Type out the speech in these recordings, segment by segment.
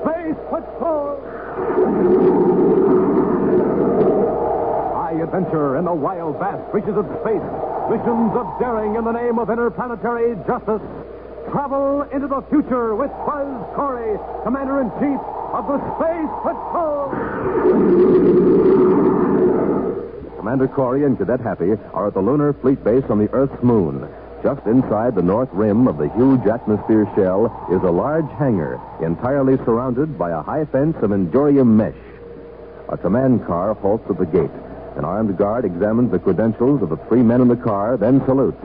Space Patrol! High adventure in the wild, vast reaches of space. Missions of daring in the name of interplanetary justice. Travel into the future with Buzz Corey, Commander in Chief of the Space Patrol! Commander Corey and Cadet Happy are at the Lunar Fleet Base on the Earth's moon. Just inside the north rim of the huge atmosphere shell is a large hangar, entirely surrounded by a high fence of endurium mesh. A command car halts at the gate. An armed guard examines the credentials of the three men in the car, then salutes.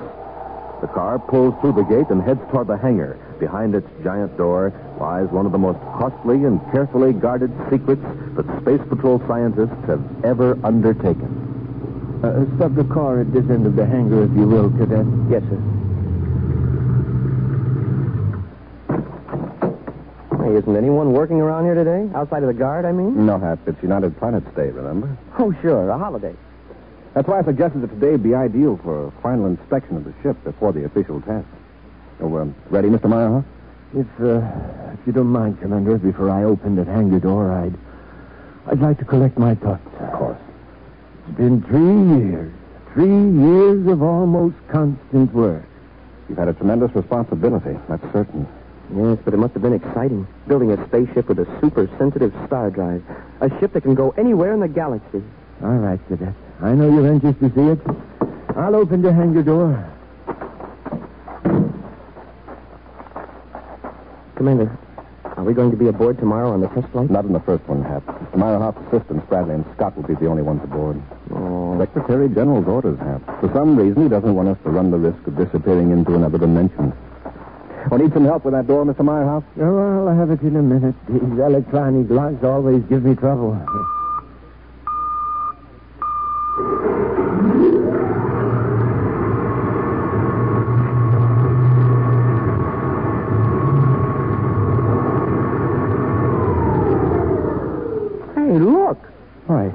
The car pulls through the gate and heads toward the hangar. Behind its giant door lies one of the most costly and carefully guarded secrets that Space Patrol scientists have ever undertaken. Uh, stop the car at this end of the hangar, if you will, Cadet. Yes, sir. Hey, isn't anyone working around here today? Outside of the guard, I mean? No, Hap, it's United Planets Day, remember? Oh, sure, a holiday. That's why I suggested that today be ideal for a final inspection of the ship before the official test. Oh, um, ready, Mr. Meyer, huh? If, uh, if you don't mind, Commander, before I open that hangar door, I'd, I'd like to collect my thoughts. Of course. It's been three years, three years of almost constant work. You've had a tremendous responsibility, that's certain. Yes, but it must have been exciting. Building a spaceship with a super sensitive star drive. A ship that can go anywhere in the galaxy. All right, Cadet. I know you're anxious to see it. I'll open the hangar door. Commander, are we going to be aboard tomorrow on the test flight? Not in the first one, Hap. Mr. Meyer Hopp's assistants, Bradley and Scott, will be the only ones aboard. Oh, Secretary General's orders, Hap. For some reason, he doesn't want us to run the risk of disappearing into another dimension. Oh, need some help with that door, Mr. Meyerhoff? Oh, I'll have it in a minute. These electronic locks always give me trouble. hey, look. Why?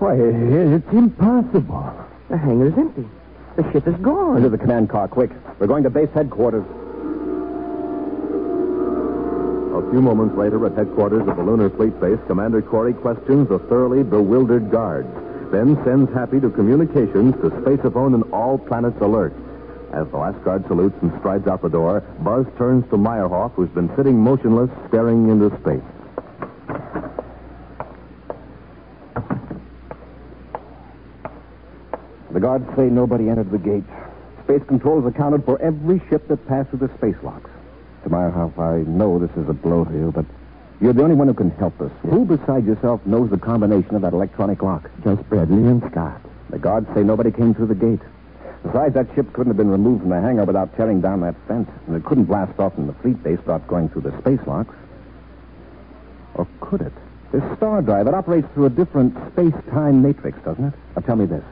Why, Eh, it's impossible. The hangar's empty. The ship is Oh, Into gone. the command car, quick. We're going to base headquarters. A few moments later, at headquarters of the Lunar Fleet Base, Commander Corey questions the thoroughly bewildered guards, then sends Happy to communications to Spaceophone and All Planets Alert. As the last guard salutes and strides out the door, Buzz turns to Meyerhoff, who's been sitting motionless, staring into space. The guards say nobody entered the gate. Space controls accounted for every ship that passed through the space locks. To my half, I know this is a blow to you, but you're the only one who can help us. Who beside yourself knows the combination of that electronic lock? Just Bradley and Scott. The guards say nobody came through the gate. Besides, that ship couldn't have been removed from the hangar without tearing down that fence, and it couldn't blast off from the fleet base without going through the space locks. Or could it? This star drive, it operates through a different space-time matrix, doesn't it? Now tell me this.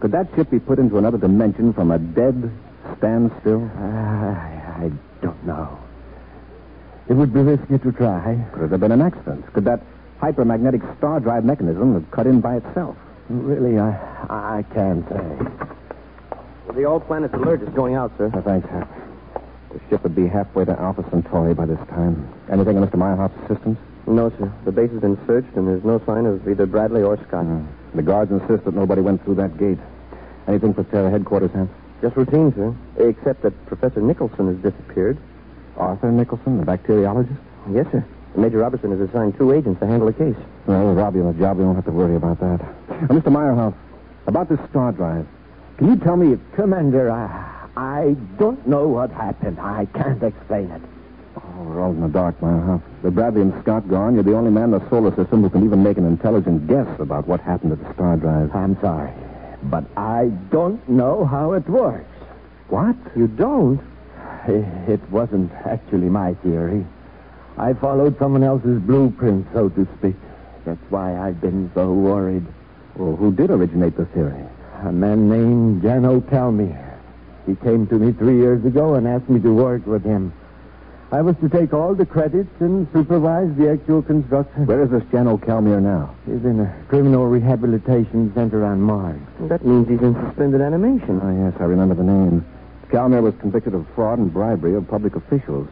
Could that ship be put into another dimension from a dead standstill? I, I don't know. It would be risky to try. Could it have been an accident? Could that hypermagnetic star drive mechanism have cut in by itself? Really, I, I can't say. The All Planets Alert is going out, sir. Oh, thanks, Hap. The ship would be halfway to Alpha Centauri by this time. Anything on Mr. Meyerhoff's systems? No, sir. The base has been searched, and there's no sign of either Bradley or Scott. Hmm. The guards insist that nobody went through that gate. Anything for Terra headquarters, Hap? Just routine, sir. Except that Professor Nicholson has disappeared. Arthur Nicholson, the bacteriologist? Yes, sir. Major Robertson has assigned two agents to handle the case. Well, with Robbie on the job, we won't have to worry about that. Uh, Mr. Meyerhoff, about this star drive, can you tell me if... Commander, I, I don't know what happened. I can't explain it. Oh, we're all in the dark, Meyerhoff. With Bradley and Scott gone, you're the only man in the solar system who can even make an intelligent guess about what happened to the star drive. I'm sorry, but I don't know how it works. What? You don't? It wasn't actually my theory. I followed someone else's blueprint, so to speak. That's why I've been so worried. Well, who did originate the theory? A man named Jan O'Calmy. He came to me three years ago and asked me to work with him. I was to take all the credits and supervise the actual construction. Where is this Jan O'Calmier now? He's in a criminal rehabilitation center on Mars. That means he's in suspended animation. Ah, Oh, yes, I remember the name. Calmier was convicted of fraud and bribery of public officials.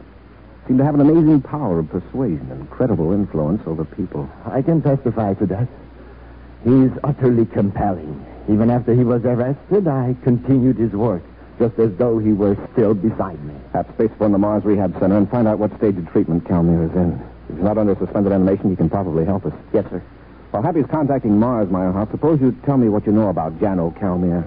seem to have an amazing power of persuasion, incredible influence over people. I can testify to that. He's utterly compelling. Even after he was arrested, I continued his work, just as though he were still beside me. Have Space One the Mars Rehab Center and find out what stage of treatment Calmir is in. If he's not under suspended animation, he can probably help us. Yes, sir. While Happy's contacting Mars Meyerhoff, suppose you tell me what you know about Jano Calmir.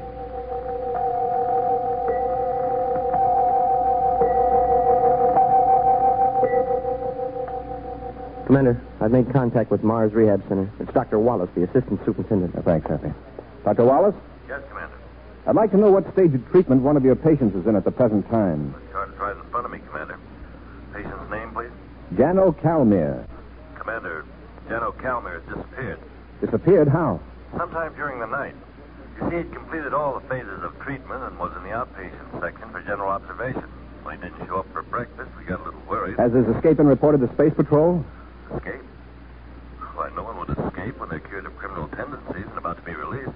Commander, I've made contact with Mars Rehab Center. It's Dr. Wallace, the assistant superintendent. Uh, Thanks, Happy. Dr. Wallace? Yes, Commander. I'd like to know what stage of treatment one of your patients is in at the present time. The chart is right in front of me, Commander. Patient's name, please. Jano Calmir. Commander, Jano Calmer has disappeared. Disappeared how? Sometime during the night. You see, he'd completed all the phases of treatment and was in the outpatient section for general observation. When he didn't show up for breakfast, we got a little worried. Has his escape been reported to Space Patrol? Escape? Why, no one would escape when they're cured of criminal tendencies and about to be released.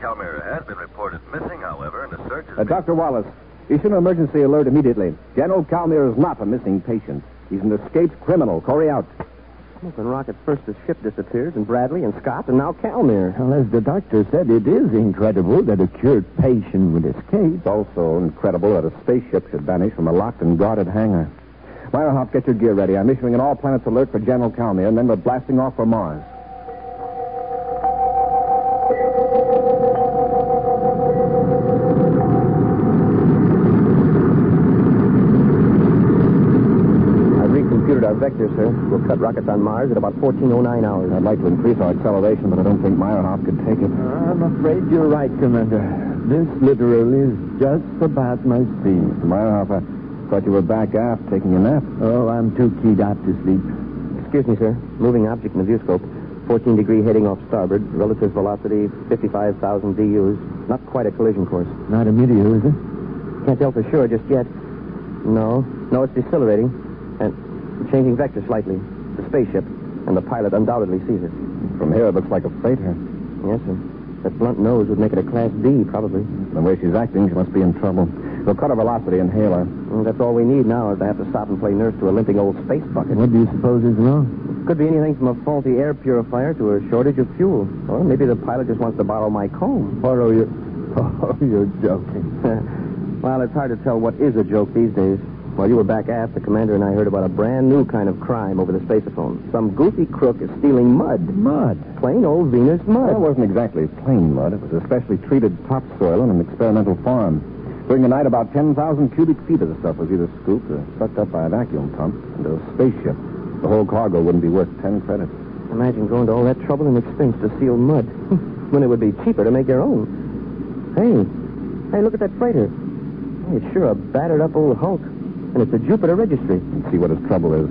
Calmer has been reported missing, however, and a search is Uh, Dr. Wallace, issue an emergency alert immediately. Jano Calmir is not a missing patient. He's an escaped criminal. Corey out. Smoking rocket first the ship disappears, and Bradley and Scott, and now Calmir. Well, as the doctor said, it is incredible that a cured patient would escape. It's also incredible that a spaceship should vanish from a locked and guarded hangar. Meyerhoff, get your gear ready. I'm issuing an all planets alert for General Calmir, and then we're blasting off for Mars. I've recomputed our vector, sir. We'll cut rockets on Mars at about 1409 hours. I'd like to increase our acceleration, but I don't think Meyerhoff could take it. Uh, I'm afraid you're right, Commander. This literally is just about my speed. Mr. Meyerhoff, I thought you were back aft taking a nap. Oh, I'm too keyed up to sleep. Excuse me, sir. Moving object in the viewscope. 14 degree heading off starboard. Relative velocity 55,000 DUs. Not quite a collision course. Not a meteor, is it? Can't tell for sure just yet. No. No, it's decelerating. And changing vector slightly. The spaceship. And the pilot undoubtedly sees it. From here, it looks like a freighter. Yes, sir. That blunt nose would make it a Class D, probably. The way she's acting, she must be in trouble. We'll cut her velocity and hail her. And that's all we need now is to have to stop and play nurse to a limping old space bucket. What do you suppose is wrong? Could be anything from a faulty air purifier to a shortage of fuel. Or maybe the pilot just wants to borrow my comb. Borrow your. Oh, you're joking. well, it's hard to tell what is a joke these days. While you were back aft, the commander and I heard about a brand new kind of crime over the spaceophone. Some goofy crook is stealing mud. Mud. Plain old Venus Well, it mud. wasn't exactly plain mud. It was especially treated topsoil on an experimental farm. During the night, about 10,000 cubic feet of the stuff was either scooped or sucked up by a vacuum pump into a spaceship. The whole cargo wouldn't be worth 10 credits. Imagine going to all that trouble and expense to seal mud. when it would be cheaper to make your own. Hey, hey, look at that freighter. Hey, it's sure a battered up old hulk. And it's a Jupiter registry. And see what his trouble is.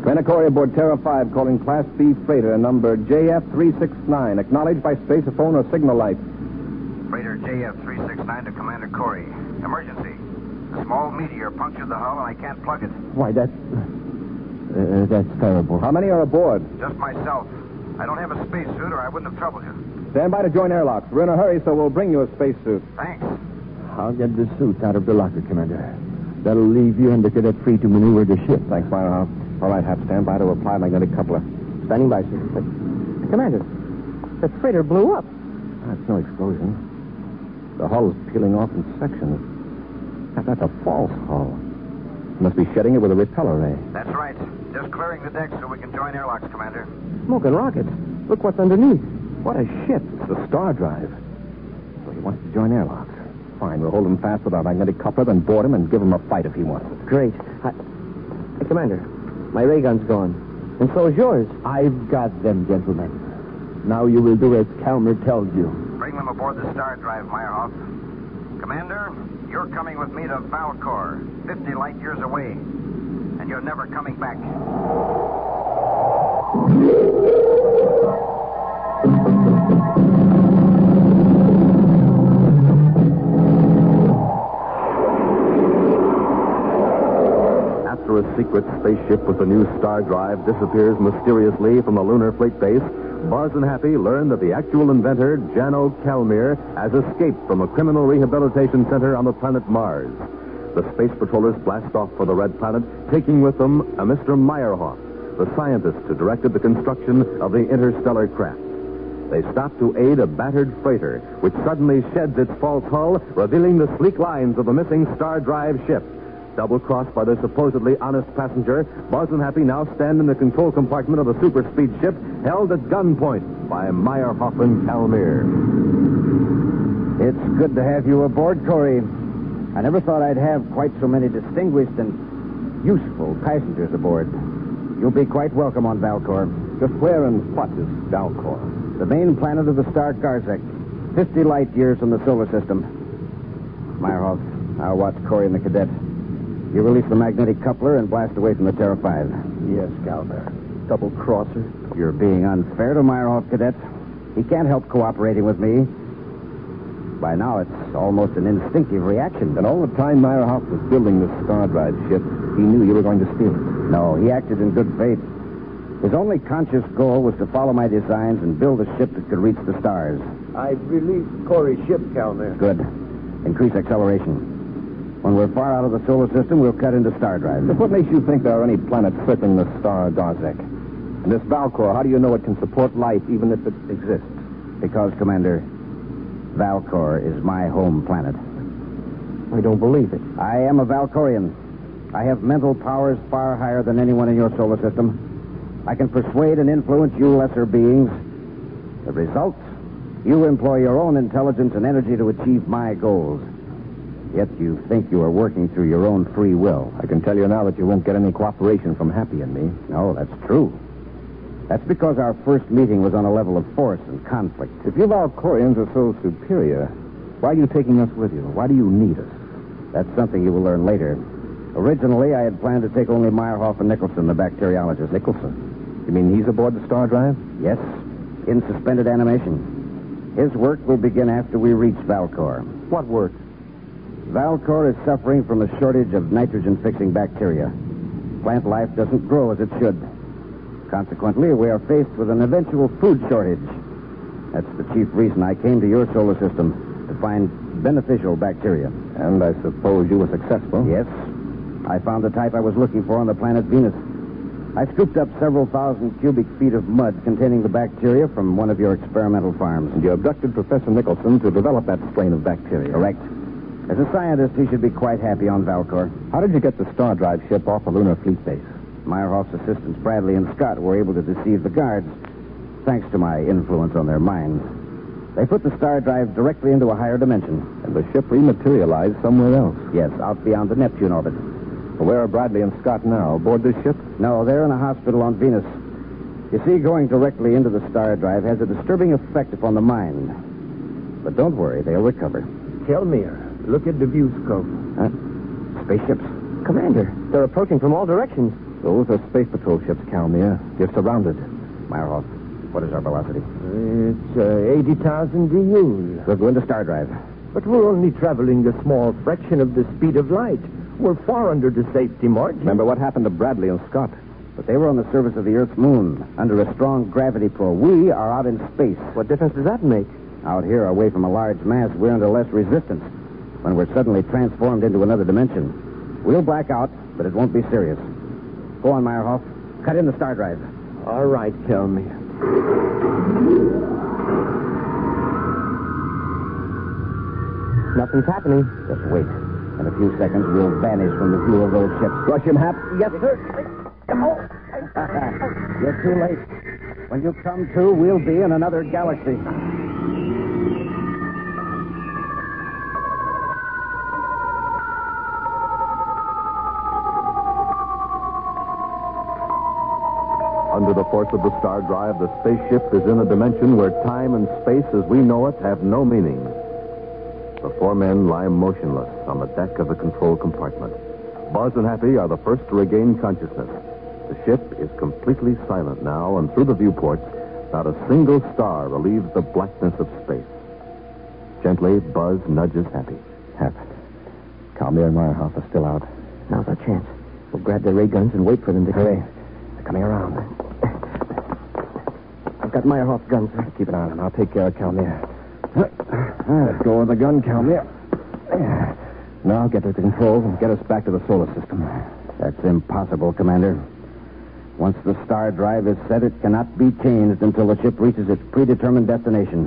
Commander Corey aboard Terra 5 calling Class B freighter number JF369, acknowledged by spaceophone or signal light. Freighter JF369 to Commander Corey. Emergency. A small meteor punctured the hull, and I can't plug it. Why, that's. Uh, that's terrible. How many are aboard? Just myself. I don't have a spacesuit, or I wouldn't have troubled you. Stand by to join airlocks. We're in a hurry, so we'll bring you a spacesuit. Thanks. I'll get the suit out of the locker, Commander. That'll leave you and the cadet free to maneuver the ship. Thanks, Meyerhoff. All right, Hap, stand by to apply magnetic coupler. Standing by, sir. But, Commander, the freighter blew up. That's no explosion. The hull's peeling off in sections. That- That's a false hull. Must be shedding it with a repeller ray. That's right. Just clearing the deck so we can join airlocks, Commander. Smoking rockets. Look what's underneath. What a ship. It's the star drive. So he wants to join airlocks. Fine, we'll hold him fast with our magnetic coupler, then board him and give him a fight if he wants. Great. I... Hey, Commander, my ray gun's gone. And so is yours. I've got them, gentlemen. Now you will do as Calmer tells you. Bring them aboard the star drive, Meyerhoff. Commander, you're coming with me to Valcor, 50 light years away. And you're never coming back. After a secret spaceship with the new star drive disappears mysteriously from a lunar fleet base, Buzz and Happy learn that the actual inventor, Jano Kalmir, has escaped from a criminal rehabilitation center on the planet Mars. the space patrollers blast off for the Red Planet, taking with them a Mr. Meyerhoff, the scientist who directed the construction of the interstellar craft. They stop to aid a battered freighter, which suddenly sheds its false hull, revealing the sleek lines of the missing star drive ship. Double crossed by their supposedly honest passenger, Buzz and Happy now stand in the control compartment of the super speed ship, held at gunpoint by Meyerhoff and Calmir. It's good to have you aboard, Corey. I never thought I'd have quite so many distinguished and useful passengers aboard. You'll be quite welcome on Valcor. Just where and what is Dalcor? The main planet of the star Garzak, 50 light years from the solar system. Meyerhoff, I'll watch Corey and the cadet. You release the magnetic coupler and blast away from the Terra 5. Yes, Calder. Double crosser. You're being unfair to Meyerhoff, cadet. He can't help cooperating with me. By now, it's almost an instinctive reaction. And all the time Meyerhoff was building this star drive ship, he knew you were going to steal it. No, he acted in good faith. His only conscious goal was to follow my designs and build a ship that could reach the stars. I've released Corey's ship, Calder. Good. Increase acceleration. When we're far out of the solar system, we'll cut into star drive. But what makes you think there are any planets circling the star Darzek? And this Valcor, how do you know it can support life even if it exists? Because, Commander, Valcor is my home planet. I don't believe it. I am a Valkorian. I have mental powers far higher than anyone in your solar system. I can persuade and influence you lesser beings. The result? You employ your own intelligence and energy to achieve my goals. Yet you think you are working through your own free will. I can tell you now that you won't get any cooperation from Happy and me. No, that's true. That's because our first meeting was on a level of force and conflict. If you Valcorians are so superior, why are you taking us with you? Why do you need us? That's something you will learn later. Originally, I had planned to take only Meyerhoff and Nicholson, the bacteriologist. Nicholson. You mean he's aboard the Star Drive? Yes, in suspended animation. His work will begin after we reach Valcor. What work? Valcor is suffering from a shortage of nitrogen fixing bacteria. Plant life doesn't grow as it should. Consequently, we are faced with an eventual food shortage. That's the chief reason I came to your solar system to find beneficial bacteria. And I suppose you were successful. Yes, I found the type I was looking for on the planet Venus. I scooped up several thousand cubic feet of mud containing the bacteria from one of your experimental farms. And you abducted Professor Nicholson to develop that strain of bacteria. Correct. As a scientist, he should be quite happy on Valcor. How did you get the Star Drive ship off the lunar fleet base? Meyerhoff's assistants, Bradley and Scott, were able to deceive the guards, thanks to my influence on their minds. They put the star drive directly into a higher dimension. And the ship rematerialized somewhere else. Yes, out beyond the Neptune orbit. Where are Bradley and Scott now? Aboard this ship? No, they're in a hospital on Venus. You see, going directly into the star drive has a disturbing effect upon the mind. But don't worry, they'll recover. Kelmir, look at the viewscope. Huh? Spaceships. Commander, they're approaching from all directions. Those are space patrol ships, Calmir. You're surrounded. Meyerhoff, what is our velocity? It's uh, 80,000 DUs. We'll go into star drive. But we're only traveling a small fraction of the speed of light. We're far under the safety margin. Remember what happened to Bradley and Scott? But they were on the surface of the Earth's moon, under a strong gravity pull. We are out in space. What difference does that make? Out here, away from a large mass, we're under less resistance. When we're suddenly transformed into another dimension, we'll black out, but it won't be serious. Go on, Meyerhoff. Cut in the star drive. All right, Kelmy. Nothing's happening. Just wait. In a few seconds, we'll vanish from the view of those ships. Rush him, Hap. Yes, sir. You're too late. When you come to, we'll be in another galaxy. Under the force of the star drive, the spaceship is in a dimension where time and space as we know it have no meaning. The four men lie motionless on the deck of the control compartment. Buzz and Happy are the first to regain consciousness. The ship is completely silent now, and through the viewports, not a single star relieves the blackness of space. Gently, Buzz nudges Happy. Hap, Calmier and Meyerhoff are still out. Now's our chance. We'll grab their ray guns and wait for them to come. Hurry. They're coming around. I've got Meyerhoff's guns. Keep an eye on him. I'll take care of Calmier. Let's go on the gun, Calmier. Now get to controls and get us back to the solar system. That's impossible, Commander. Once the star drive is set, it cannot be changed until the ship reaches its predetermined destination.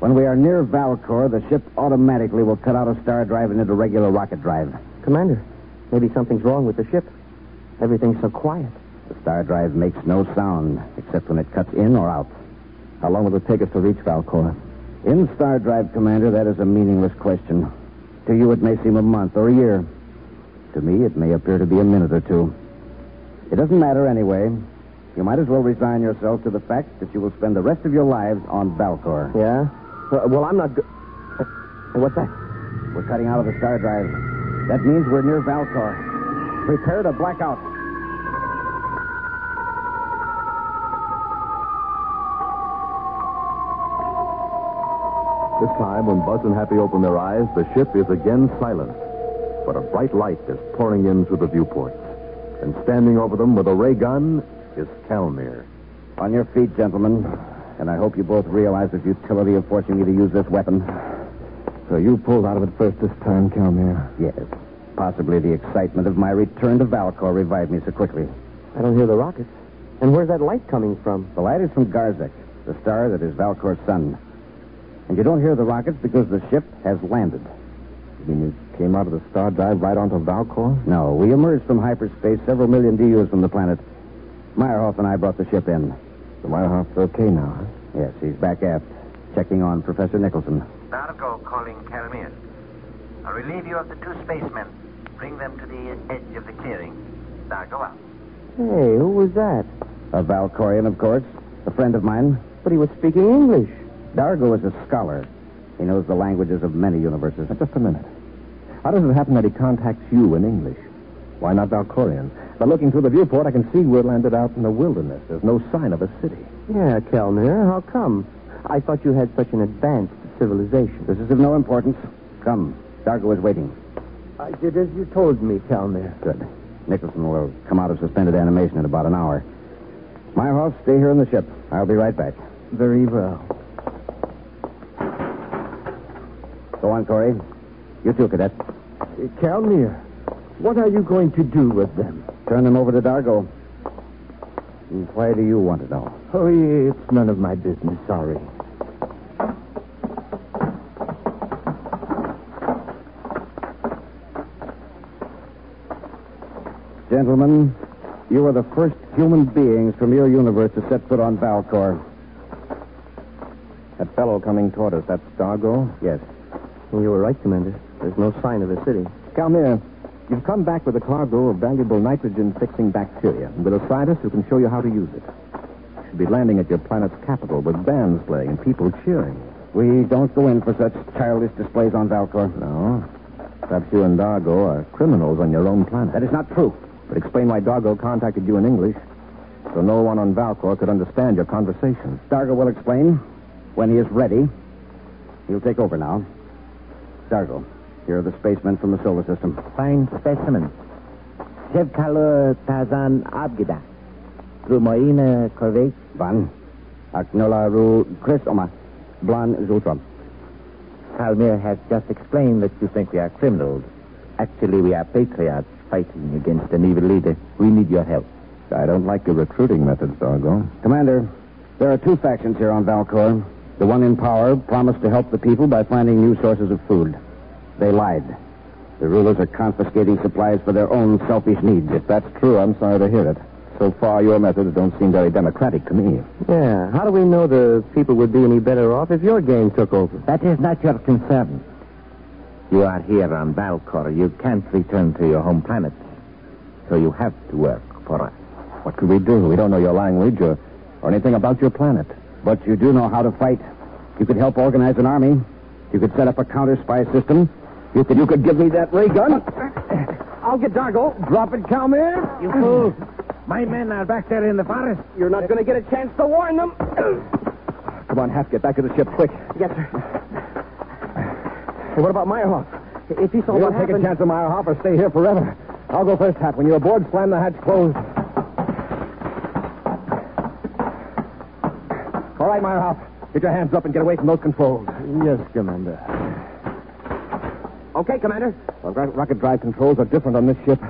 When we are near Valcor, the ship automatically will cut out a star drive and into regular rocket drive. Commander, maybe something's wrong with the ship. Everything's so quiet. The star drive makes no sound except when it cuts in or out. How long will it take us to reach Valcor? In star drive, Commander, that is a meaningless question. To you, it may seem a month or a year. To me, it may appear to be a minute or two. It doesn't matter anyway. You might as well resign yourself to the fact that you will spend the rest of your lives on Valcor. Yeah? Uh, well, I'm not. Go- uh, what's that? We're cutting out of the star drive. That means we're near Valcor. Prepare to black out. This time, when Buzz and Happy open their eyes, the ship is again silent. But a bright light is pouring in through the viewports. And standing over them with a ray gun is Kalmir. On your feet, gentlemen. And I hope you both realize the futility of forcing me to use this weapon. So you pulled out of it first this time, Kalmir? Yes. Possibly the excitement of my return to Valcor revived me so quickly. I don't hear the rockets. And where's that light coming from? The light is from Garzek, the star that is Valcor's sun. And you don't hear the rockets because the ship has landed. You mean it came out of the star dive right onto Valcor? No, we emerged from hyperspace several million DUs from the planet. Meyerhoff and I brought the ship in. The Meyerhoff's okay now, huh? Yes, he's back aft, checking on Professor Nicholson. Dargo calling Kalmir. I'll relieve you of the two spacemen. Bring them to the edge of the clearing. Dargo out. Hey, who was that? A Valcorian, of course. A friend of mine. But he was speaking English. Dargo is a scholar. He knows the languages of many universes. But just a minute. How does it happen that he contacts you in English? Why not Valkorian? But looking through the viewport, I can see we're landed out in the wilderness. There's no sign of a city. Yeah, Kellner, how come? I thought you had such an advanced civilization. This is of no importance. Come, Dargo is waiting. I did as you told me, Kellner. Good. Nicholson will come out of suspended animation in about an hour. Meyerhoff, stay here in the ship. I'll be right back. Very well. Go on, Corey. You too, Cadet. Uh, Calmir, what are you going to do with them? Turn them over to Dargo. And why do you want to know? Oh, it's none of my business. Sorry. Gentlemen, you are the first human beings from your universe to set foot on Valcor. That fellow coming toward us, that's Dargo? Yes. You were right, Commander. There's no sign of a city. Calmir, you've come back with a cargo of valuable nitrogen-fixing bacteria and with a scientist who can show you how to use it. You should be landing at your planet's capital with bands playing and people cheering. We don't go in for such childish displays on Valcor. No. Perhaps you and Dargo are criminals on your own planet. That is not true. But explain why Dargo contacted you in English, so no one on Valcor could understand your conversation. Dargo will explain when he is ready. He'll take over now. Dargo. Here are the spacemen from the solar system. Fine specimen. Shevkalur Tazan Abgida. Trumoina Korvek. Van. Aknolaru Krisoma. Blan Zutrom. Kalmir has just explained that you think we are criminals. Actually, we are patriots fighting against an evil leader. We need your help. I don't like your recruiting methods, Dargo. Commander, there are two factions here on Valcor. The one in power promised to help the people by finding new sources of food. They lied. The rulers are confiscating supplies for their own selfish needs. If that's true, I'm sorry to hear it. So far, your methods don't seem very democratic to me. Yeah. How do we know the people would be any better off if your gang took over? That is not your concern. You are here on Valcor. You can't return to your home planet. So you have to work for us. What could we do? We don't know your language or, or anything about your planet. But you do know how to fight. You could help organize an army. You could set up a counter spy system. You could, you could give me that ray gun. I'll get Dargo. Drop it, Calmir. You fool. My men are back there in the forest. You're not going to get a chance to warn them. Come on, Hap, get back to the ship quick. Yes, sir. Hey, what about Meyerhoff? If he saw you what don't take a chance on Meyerhoff or stay here forever. I'll go first, Hap. When you're aboard, slam the hatch closed. All right, Meyerhoff. Get your hands up and get away from those controls. Yes, Commander. Okay, Commander. Well, gra- rocket drive controls are different on this ship.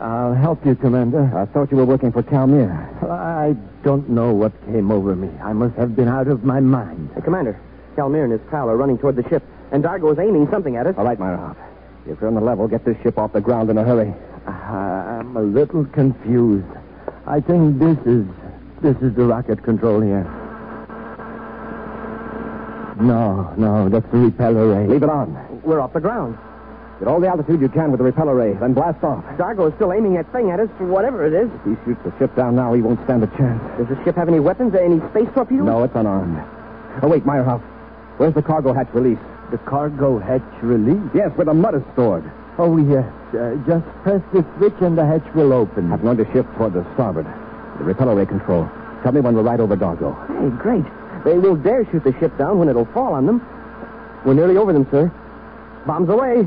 I'll help you, Commander. I thought you were working for Calmir. I don't know what came over me. I must have been out of my mind. Hey, Commander, Calmir and his pal are running toward the ship, and Dargo is aiming something at us. All right, Myra. If you're on the level, get this ship off the ground in a hurry. I'm a little confused. I think this is this is the rocket control here. No, no, that's the repeller ray. Leave it on. We're off the ground. Get all the altitude you can with the repeller ray, then blast off. Dargo is still aiming that thing at us, whatever it is. If he shoots the ship down now, he won't stand a chance. Does the ship have any weapons? Any space torpedoes? No, it's unarmed. Oh, wait, Meyerhoff. Where's the cargo hatch release? The cargo hatch release. Yes, where the mud is stored. Oh yes, uh, just press the switch and the hatch will open. I'm going to shift toward the starboard. The repeller ray control. Tell me when we're right over Dargo. Hey, great. They will dare shoot the ship down when it'll fall on them. We're nearly over them, sir. Bombs away.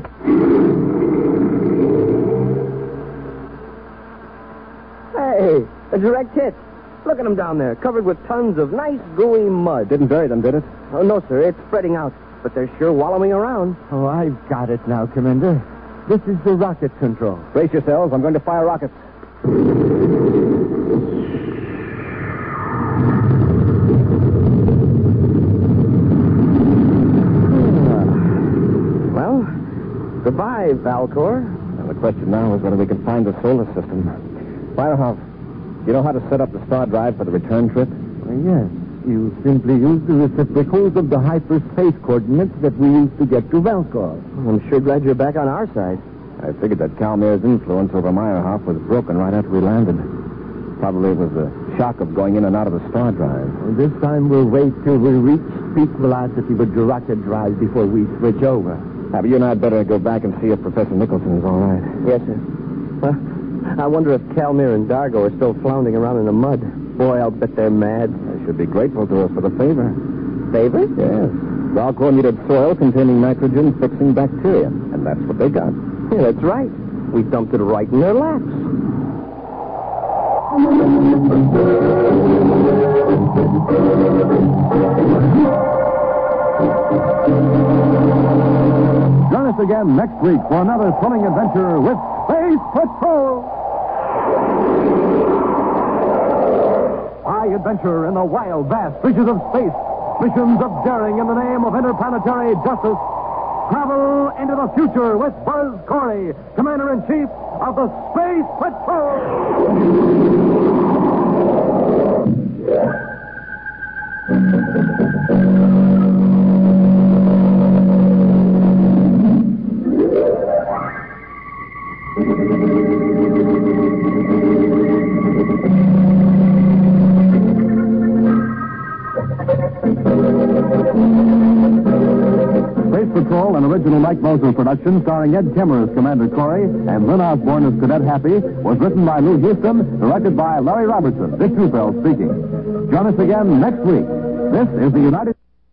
Hey, a direct hit. Look at them down there, covered with tons of nice, gooey mud. Didn't bury them, did it? Oh, no, sir, it's spreading out, but they're sure wallowing around. Oh, I've got it now, Commander. This is the rocket control. Hmm. Brace yourselves. I'm going to fire rockets. Well, goodbye, Valcor. Now, the question now is whether we can find the solar system. Firehoff, you know how to set up the star drive for the return trip? Well, yes, you simply use the reciprocals of the hyperspace coordinates that we used to get to Valcor. I'm sure glad you're back on our side. I figured that Calmir's influence over Meyerhoff was broken right after we landed. Probably it was the shock of going in and out of the star drive. Well, this time we'll wait till we reach peak velocity with the rocket drive before we switch over. Ah, but you and I had better go back and see if Professor Nicholson is all right. Yes, sir. Well, I wonder if Calmir and Dargo are still floundering around in the mud. Boy, I'll bet they're mad. They should be grateful to us for the favor. Favor? Yes. Valcor needed soil containing nitrogen fixing bacteria, and that's what they got. Yeah, that's right. We dumped it right in their laps. Join us again next week for another thrilling adventure with Space Patrol. High adventure in the wild, vast reaches of space. Missions of daring in the name of interplanetary justice. Travel into the future with Buzz Corey, Commander in Chief of the Space Patrol. Space Patrol, an original Mike Moser production starring Ed Kemmer as Commander Corey and Lynn Osborne as Cadet Happy, was written by Lou Houston, directed by Larry Robertson. Dick Neufeld speaking. Join us again next week. This is the United